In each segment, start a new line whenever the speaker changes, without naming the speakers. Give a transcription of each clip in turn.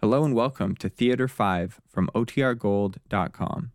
Hello and welcome to Theater 5 from OTRGold.com.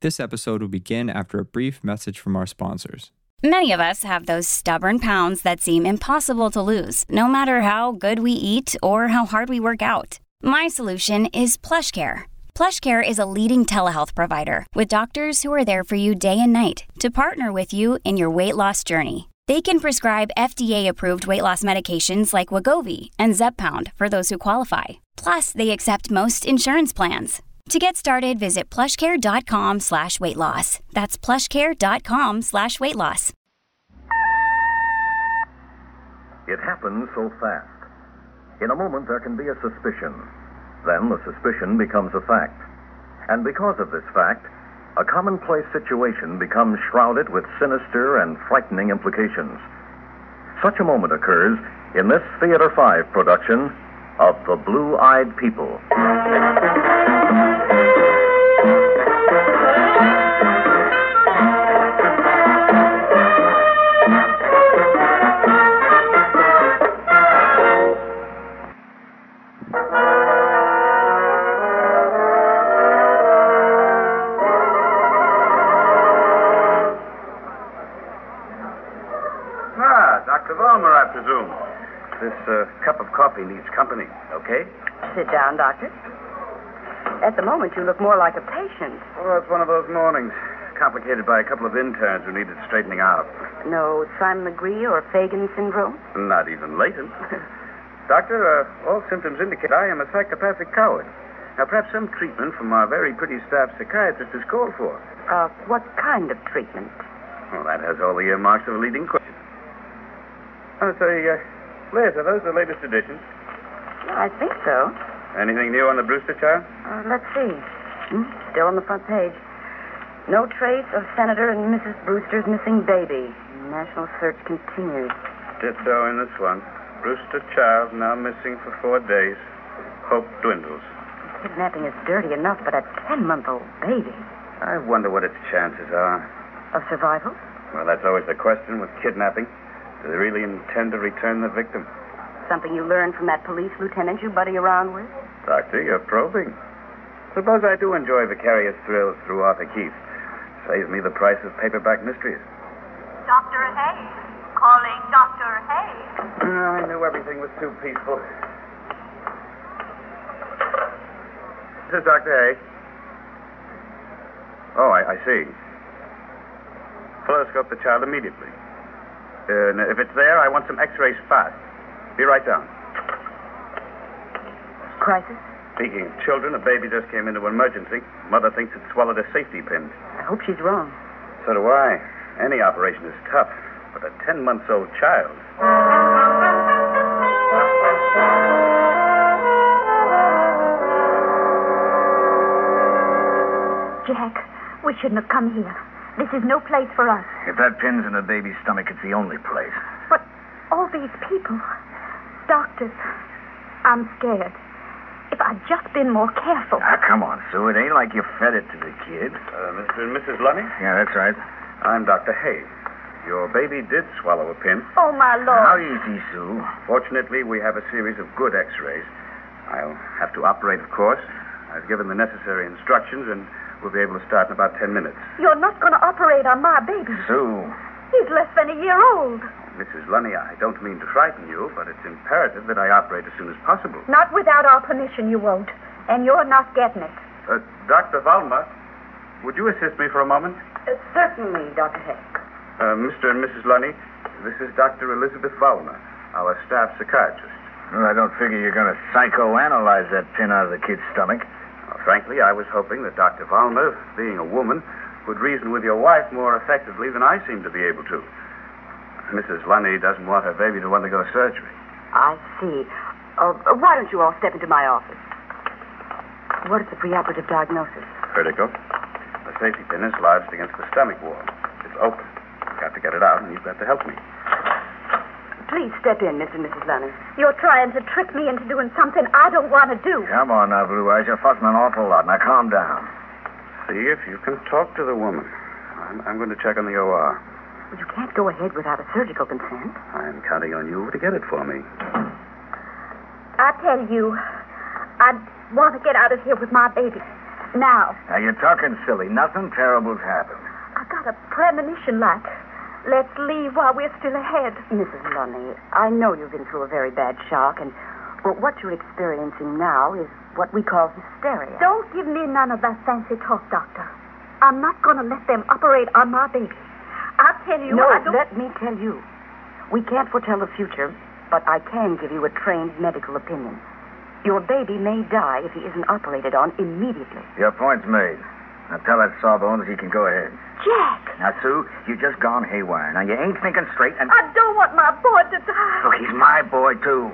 This episode will begin after a brief message from our sponsors.
Many of us have those stubborn pounds that seem impossible to lose, no matter how good we eat or how hard we work out. My solution is PlushCare. PlushCare is a leading telehealth provider with doctors who are there for you day and night to partner with you in your weight loss journey. They can prescribe FDA-approved weight loss medications like Wagovi and Zepbound for those who qualify. Plus, they accept most insurance plans. To get started, visit plushcare.com slash weight loss. That's plushcare.com slash weight loss.
It happens so fast. In a moment, there can be a suspicion. Then the suspicion becomes a fact. And because of this fact, a commonplace situation becomes shrouded with sinister and frightening implications. Such a moment occurs in this Theater 5 production of The Blue Eyed People.
Ah, Dr. Vollmer, I presume. This uh, cup of coffee needs company, okay?
Sit down, Doctor. At the moment, you look more like a patient.
Well, it's one of those mornings, complicated by a couple of interns who needed straightening out.
No Simon McGree or Fagan syndrome?
Not even latent. Doctor, uh, all symptoms indicate I am a psychopathic coward. Now, perhaps some treatment from our very pretty staff psychiatrist is called for.
Uh, what kind of treatment?
Well, that has all the earmarks of a leading question. I say, uh, Liz, are those the latest editions?
I think so.
Anything new on the Brewster child?
Uh, let's see. Hmm? Still on the front page. No trace of Senator and Mrs. Brewster's missing baby. National search continues.
Ditto in this one. Brewster child now missing for four days. Hope dwindles.
Kidnapping is dirty enough, but a 10 month old baby.
I wonder what its chances are.
Of survival?
Well, that's always the question with kidnapping. Do they really intend to return the victim?
Something you learned from that police lieutenant you buddy around with?
Doctor, you're probing. Suppose I do enjoy vicarious thrills through Arthur Keith. Saves me the price of paperback mysteries.
Dr. Hay. Calling Dr. Hay.
No, Ah, I knew everything was too peaceful. This is Dr. Hay. Oh, I, I see. Fluoroscope the child immediately. Uh, and if it's there, I want some x rays fast. Be right down.
Crisis?
Speaking of children, a baby just came into emergency. Mother thinks it swallowed a safety pin.
I hope she's wrong.
So do I. Any operation is tough, but a 10 months old child.
Jack, we shouldn't have come here. This is no place for us.
If that pin's in a baby's stomach, it's the only place.
But all these people, doctors, I'm scared. If I'd just been more careful.
Ah, come on, Sue. It ain't like you fed it to the kid.
Uh, Mr. and Mrs. Lunny?
Yeah, that's right.
I'm Dr. Hay. Your baby did swallow a pin.
Oh, my Lord.
How easy, Sue.
Fortunately, we have a series of good x rays. I'll have to operate, of course. I've given the necessary instructions, and we'll be able to start in about 10 minutes.
You're not going to operate on my baby.
Sue.
He's less than a year old.
Mrs. Lunny, I don't mean to frighten you, but it's imperative that I operate as soon as possible.
Not without our permission, you won't. And you're not getting it.
Uh, Dr. Valmer, would you assist me for a moment?
Uh, certainly, Dr. Heck.
Uh, Mr. and Mrs. Lunny, this is Dr. Elizabeth Valmer, our staff psychiatrist.
Well, I don't figure you're going to psychoanalyze that pin out of the kid's stomach.
Well, frankly, I was hoping that Dr. Valmer, being a woman, would reason with your wife more effectively than I seem to be able to. Mrs. Lunny doesn't want her baby to undergo surgery.
I see. Uh, uh, why don't you all step into my office? What is the preoperative diagnosis?
Vertigo. The safety pin is lodged against the stomach wall. It's open. I've got to get it out, and you've got to help me.
Please step in, Mr. and Mrs. Lunny.
You're trying to trick me into doing something I don't want to do.
Come on now, Blue Eyes. You're fussing an awful lot. Now, calm down.
See if you can talk to the woman. I'm, I'm going to check on the OR.
Well, you can't go ahead without a surgical consent.
I'm counting on you to get it for me.
I tell you, I want to get out of here with my baby. Now.
Now, you're talking silly. Nothing terrible's happened.
I got a premonition like. Let's leave while we're still ahead.
Mrs. Lunny, I know you've been through a very bad shock, and well, what you're experiencing now is what we call hysteria.
Don't give me none of that fancy talk, Doctor. I'm not going to let them operate on my baby. I'll tell you.
no,
I don't...
let me tell you. We can't foretell the future, but I can give you a trained medical opinion. Your baby may die if he isn't operated on immediately.
Your point's made. Now tell that sawbones he can go ahead.
Jack,
Now, Sue, you just gone haywire. Now, you ain't thinking straight, and
I don't want my boy to die.
look, he's my boy, too.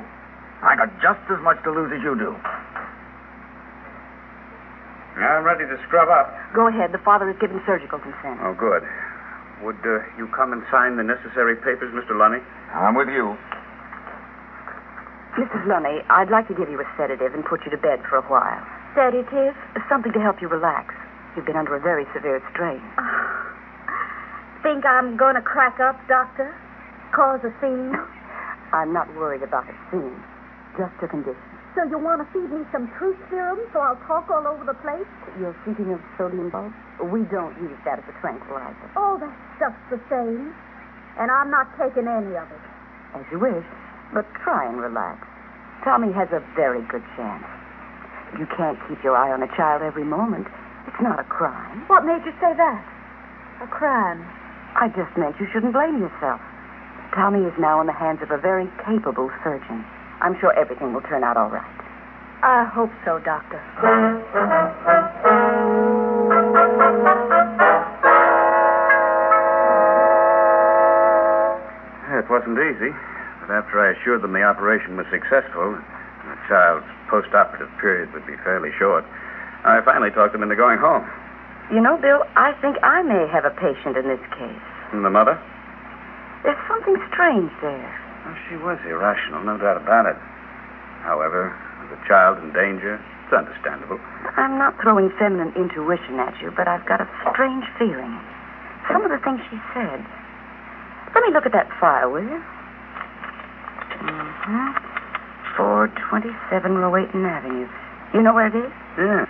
I got just as much to lose as you do.
I'm ready to scrub up.
Go ahead. The father is giving surgical consent.
Oh, good. Would uh, you come and sign the necessary papers, Mr. Lunny?
I'm with you.
Mrs. Lunny, I'd like to give you a sedative and put you to bed for a while.
Sedative.
Something to help you relax. You've been under a very severe strain.
Ah. Think I'm going to crack up, Doctor? Cause a scene?
I'm not worried about the scene, just the condition.
So you want to feed me some truth serum so I'll talk all over the place?
You're thinking of sodium bulb? We don't use that as a tranquilizer.
All that stuff's the same. And I'm not taking any of it.
As you wish, but try and relax. Tommy has a very good chance. You can't keep your eye on a child every moment. It's not a crime.
What made you say that? A crime.
I just meant you shouldn't blame yourself. Tommy is now in the hands of a very capable surgeon. I'm sure everything will turn out all right.
I hope so, Doctor.
It wasn't easy, but after I assured them the operation was successful, and the child's post-operative period would be fairly short, I finally talked them into going home.
You know, Bill, I think I may have a patient in this case.
And the mother?
There's something strange there.
Well, she was irrational, no doubt about it. However, with a child in danger, it's understandable.
I'm not throwing feminine intuition at you, but I've got a strange feeling. Some of the things she said. Let me look at that file, will you? Mm-hmm. 427 Rowayton Avenue. You know where it is?
Yeah.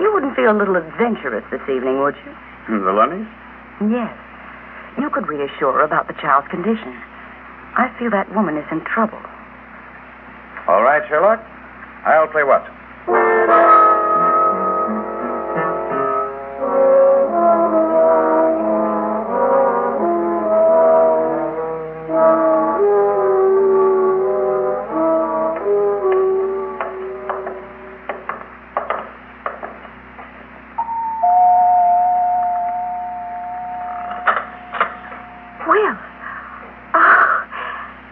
You wouldn't feel a little adventurous this evening, would you?
And the Lunnies?
Yes. You could reassure her about the child's condition. I feel that woman is in trouble.
All right, Sherlock. I'll play Watson.
Well. Oh,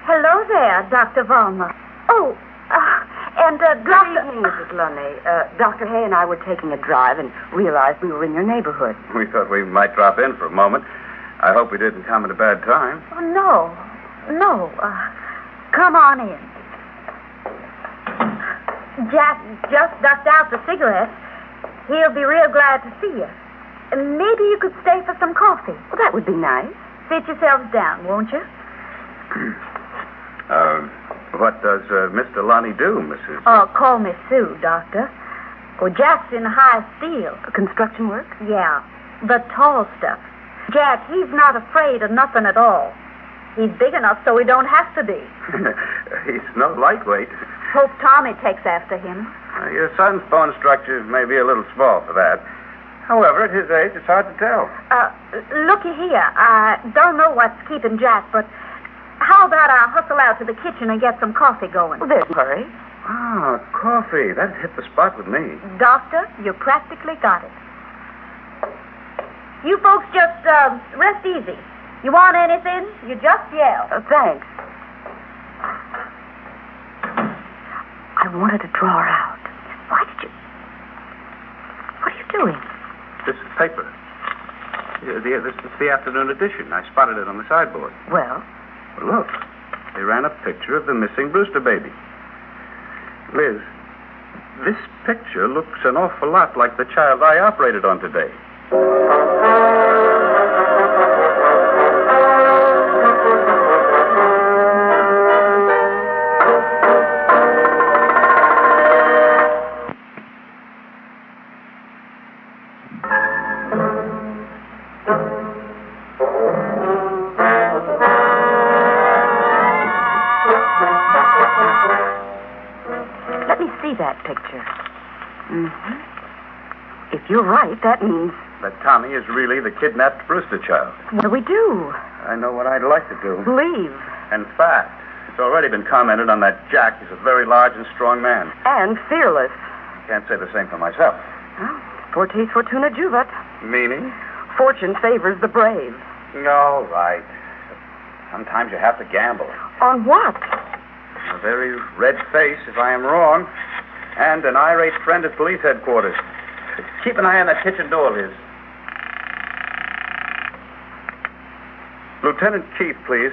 hello there, Dr. Vollmer. Oh, uh, and uh,
Good
Dr.
evening, Mrs. Lunny. Uh, Dr. Hay and I were taking a drive and realized we were in your neighborhood.
We thought we might drop in for a moment. I hope we didn't come at a bad time.
Oh, no, no. Uh, come on in. Jack just ducked out the cigarette. He'll be real glad to see you. And Maybe you could stay for some coffee.
Well, that would be nice.
Sit yourselves down, won't you?
Uh, what does uh, Mr. Lonnie do, Mrs.
Oh, call me Sue, Doctor. Well, Jack's in high steel.
Construction work?
Yeah, the tall stuff. Jack, he's not afraid of nothing at all. He's big enough so he don't have to be.
He's no lightweight.
Hope Tommy takes after him.
Uh, your son's bone structure may be a little small for that. However, at his age, it's hard to tell.
Uh, looky here. I don't know what's keeping Jack, but how about I hustle out to the kitchen and get some coffee going?
Well, there's no hurry.
Ah, coffee. That hit the spot with me.
Doctor, you practically got it. You folks just uh,
um,
rest easy. You want anything? You just yell.
Uh, thanks. I wanted to draw her out. Why did you? What are you doing?
This is paper. Uh, the, this is the afternoon edition. I spotted it on the sideboard.
Well,
Well, look, they ran a picture of the missing Brewster baby. Liz, this picture looks an awful lot like the child I operated on today.
see that picture. Mm-hmm. If you're right, that means
That Tommy is really the kidnapped Brewster child.
what do we do?
I know what I'd like to do.
Leave
In fact, it's already been commented on that Jack is a very large and strong man.
and fearless.
Can't say the same for myself.
Well, Fortis fortuna juvat.
Meaning?
Fortune favors the brave.
No, right. Sometimes you have to gamble.
On what?
A very red face, if I am wrong, and an irate friend at police headquarters. Keep an eye on that kitchen door of his. Lieutenant Keith, please.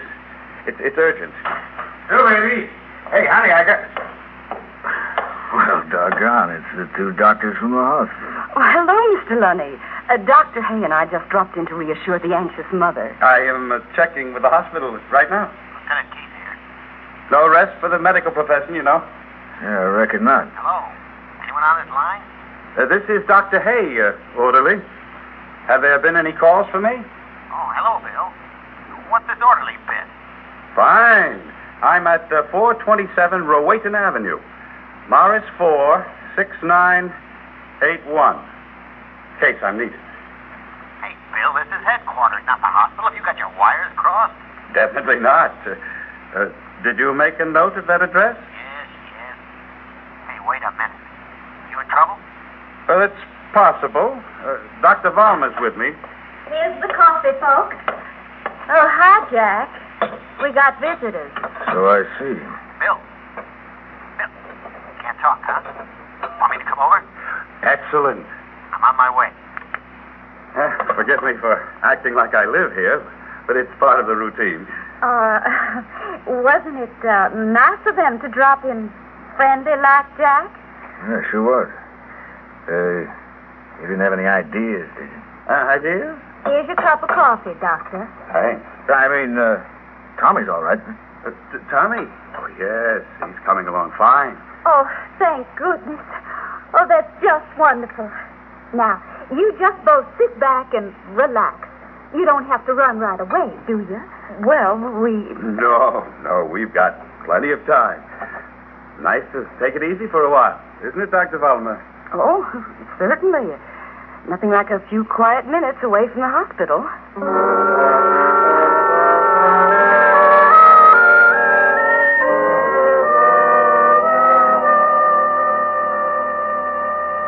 It's, it's urgent.
Hello, baby.
Hey, honey, I got.
Well, doggone, it's the two doctors from the hospital.
Oh, hello, Mr. Lunny. Uh, Dr. Hay and I just dropped in to reassure the anxious mother.
I am uh, checking with the hospital right now.
Lieutenant Keith here.
No rest for the medical profession, you know.
Yeah, I reckon not.
Hello. Anyone on this line?
Uh, this is Dr. Hay, uh, orderly. Have there been any calls for me?
Oh, hello, Bill. What's this orderly bit?
Fine. I'm at uh, 427 Rowayton Avenue. Morris 4, 6981. Case I'm needed.
Hey, Bill, this is headquarters, not the hospital. Have you got your wires crossed?
Definitely not. Uh, uh, did you make a note of that address?
Yes, yes. Hey, wait a minute. You in trouble?
Well, it's possible. Uh, Dr. Valmer's with me.
Here's the coffee, folks. Oh, hi, Jack. We got visitors.
So I see.
Bill. Bill. Can't talk, huh? Want me to come over?
Excellent.
I'm on my way.
Uh, forgive me for acting like I live here, but it's part of the routine.
Uh, wasn't it uh, nice of them to drop in friendly like Jack?
Yeah, sure was. Uh, you didn't have any ideas, did you?
Uh, idea?
Here's your cup of coffee, Doctor.
Thanks.
I mean, uh, Tommy's all right.
Uh, t- Tommy? Oh, yes. He's coming along fine.
Oh, thank goodness. Oh, that's just wonderful. Now, you just both sit back and relax. You don't have to run right away, do you?
Well, we.
No, no, we've got plenty of time. Nice to take it easy for a while, isn't it, Dr. Vollmer?
Oh, certainly. Nothing like a few quiet minutes away from the hospital.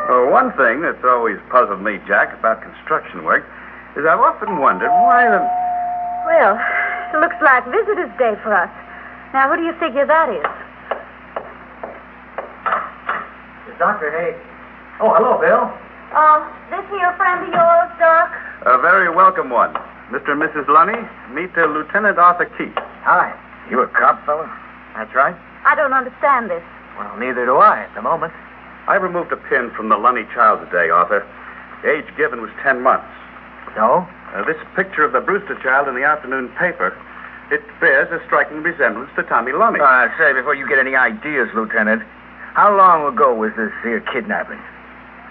Uh, one thing that's always puzzled me, Jack, about construction work is I've often wondered why the.
Well, it looks like visitor's day for us. Now, who do you figure that is?
Dr. Hay. Oh, hello, Bill.
Um,
Uh, this here friend of yours, Doc?
A very welcome one. Mr. and Mrs. Lunny, meet uh, Lieutenant Arthur Keith.
Hi. You a cop, fella? That's right.
I don't understand this.
Well, neither do I at the moment.
I removed a pin from the Lunny child today, Arthur. The age given was 10 months.
No?
Uh, this picture of the Brewster child in the afternoon paper, it bears a striking resemblance to Tommy Lunny.
Uh, say, before you get any ideas, Lieutenant, how long ago was this here kidnapping?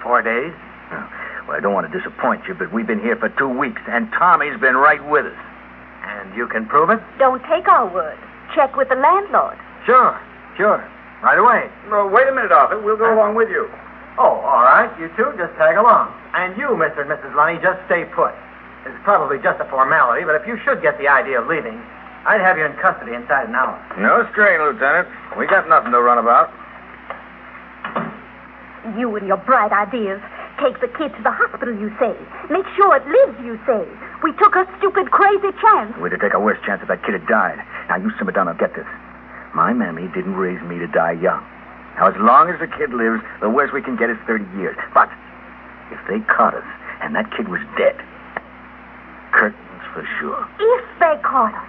Four days. Well, I don't want to disappoint you, but we've been here for two weeks, and Tommy's been right with us. And you can prove it?
Don't take our word. Check with the landlord.
Sure, sure. Right away.
Uh, wait a minute, Arthur. We'll go along with you.
Oh, all right. You two just tag along. And you, Mr. and Mrs. Lunny, just stay put. It's probably just a formality, but if you should get the idea of leaving, I'd have you in custody inside an hour. No strain, Lieutenant. We got nothing to run about.
You and your bright ideas. Take the kid to the hospital, you say. Make sure it lives, you say. We took a stupid, crazy chance.
We'd have taken a worse chance if that kid had died. Now, you simmer down and get this. My mammy didn't raise me to die young. Now, as long as the kid lives, the worst we can get is 30 years. But if they caught us and that kid was dead, curtains for sure.
If they caught us.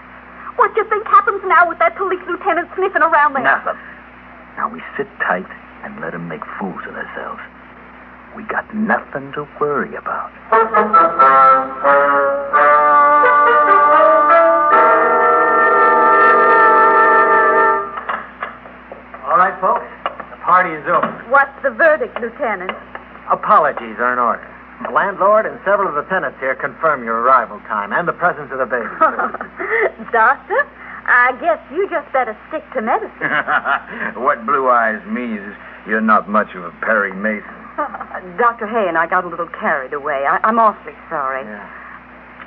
What do you think happens now with that police lieutenant sniffing around there?
Nothing. Now, we sit tight and let 'em make fools of themselves. We got nothing to worry about.
All right, folks. The party is over.
What's the verdict, Lieutenant?
Apologies are in order. The landlord and several of the tenants here confirm your arrival time and the presence of the baby.
Doctor, I guess you just better stick to medicine.
what blue eyes means is You're not much of a Perry Mason.
Dr. Hay and I got a little carried away. I, I'm awfully sorry.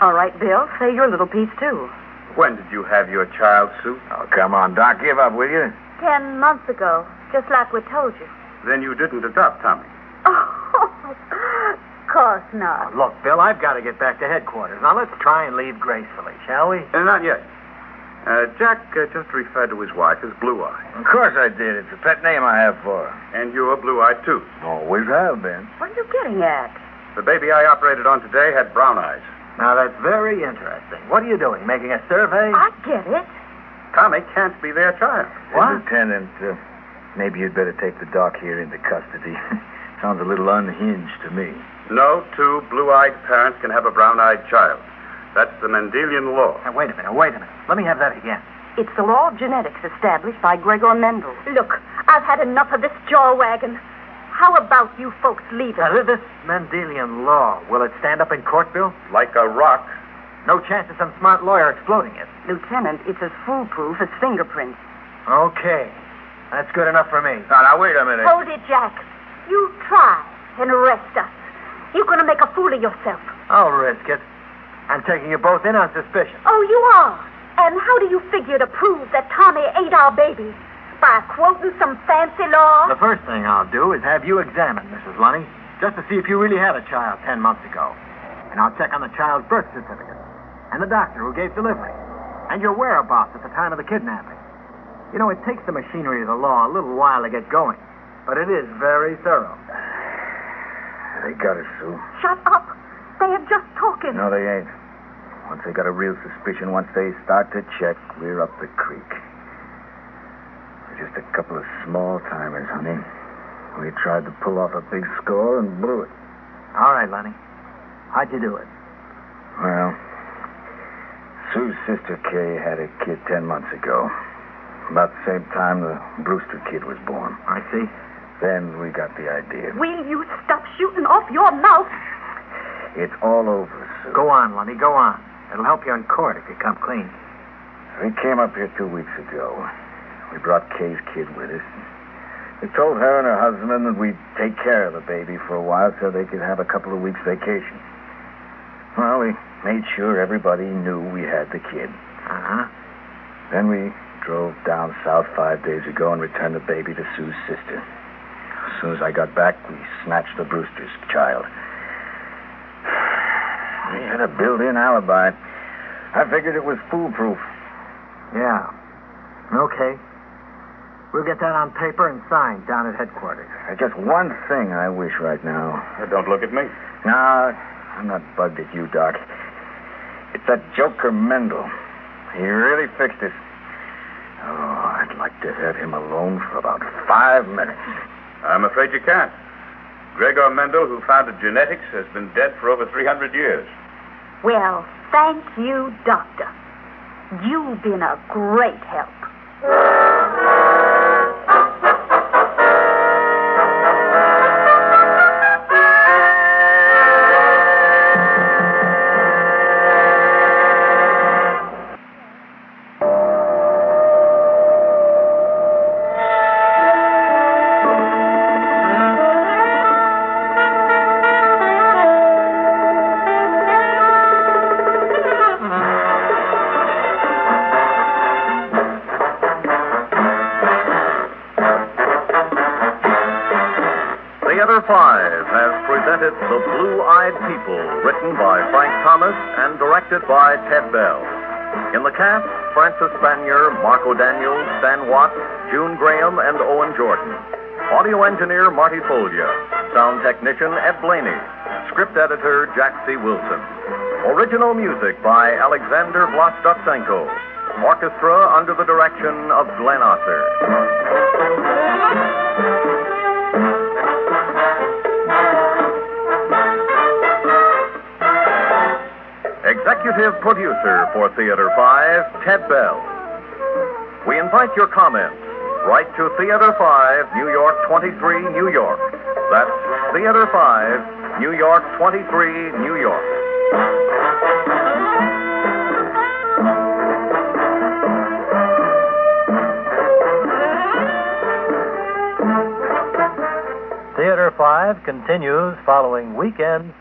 All right, Bill, say your little piece, too.
When did you have your child, Sue?
Oh, come on, Doc. Give up, will you?
Ten months ago, just like we told you.
Then you didn't adopt Tommy.
Oh, of course not.
Look, Bill, I've got to get back to headquarters. Now let's try and leave gracefully, shall we?
Uh, not yet. Uh, Jack uh, just referred to his wife as Blue Eye.
Of course I did. It's a pet name I have for her.
And you're Blue Eye, too.
Always have been.
What are you getting at?
The baby I operated on today had brown eyes.
Now that's very interesting. What are you doing? Making a survey?
I get it.
Tommy can't be their child.
What? Lieutenant, uh, maybe you'd better take the doc here into custody. Sounds a little unhinged to me.
No two blue eyed parents can have a brown eyed child. That's the Mendelian law.
Now, wait a minute, wait a minute. Let me have that again.
It's the law of genetics established by Gregor Mendel.
Look, I've had enough of this jaw wagon. How about you folks leave
Now,
it?
th- this Mendelian law, will it stand up in court, Bill?
Like a rock.
No chance of some smart lawyer exploding it.
Lieutenant, it's as foolproof as fingerprints.
Okay. That's good enough for me.
Now, now, wait a minute.
Hold it, Jack. You try and arrest us. You're going to make a fool of yourself.
I'll risk it. I'm taking you both in on suspicion.
Oh, you are. And how do you figure to prove that Tommy ate our baby? By quoting some fancy law?
The first thing I'll do is have you examined, Mrs. Lunny, just to see if you really had a child ten months ago. And I'll check on the child's birth certificate, and the doctor who gave delivery, and your whereabouts at the time of the kidnapping. You know, it takes the machinery of the law a little while to get going, but it is very thorough.
They got us, Sue.
Shut up. They are just talking.
No, they ain't. Once they got a real suspicion, once they start to check, we're up the creek. We're just a couple of small timers, honey. We tried to pull off a big score and blew it.
All right, Lunny. How'd you do it?
Well, Sue's sister Kay had a kid ten months ago. About the same time the Brewster kid was born.
I see.
Then we got the idea.
Will you stop shooting off your mouth?
It's all over, Sue.
Go on, Lunny, go on. It'll help you in court if you come clean.
We came up here two weeks ago. We brought Kay's kid with us. We told her and her husband that we'd take care of the baby for a while so they could have a couple of weeks vacation. Well, we made sure everybody knew we had the kid.
Uh-huh.
Then we drove down south five days ago and returned the baby to Sue's sister. As soon as I got back, we snatched the Brewster's child. We had a built-in alibi. I figured it was foolproof.
Yeah. Okay. We'll get that on paper and signed down at headquarters.
There's Uh, just one thing I wish right now.
Uh, Don't look at me.
No, I'm not bugged at you, Doc. It's that Joker Mendel. He really fixed it. Oh, I'd like to have him alone for about five minutes.
I'm afraid you can't. Gregor Mendel, who founded genetics, has been dead for over 300 years.
Well, thank you, Doctor. You've been a great help.
Theater 5 has presented The Blue Eyed People, written by Frank Thomas and directed by Ted Bell. In the cast, Francis Spanier, Marco Daniels, Stan Watts, June Graham, and Owen Jordan. Audio engineer Marty Folia. Sound technician Ed Blaney. Script editor Jack C. Wilson. Original music by Alexander Vlastotsenko. Orchestra under the direction of Glenn Osser. Executive producer for Theater 5, Ted Bell. We invite your comments. Write to Theater 5, New York 23, New York. That's Theater 5, New York 23, New York.
Theater 5 continues following weekend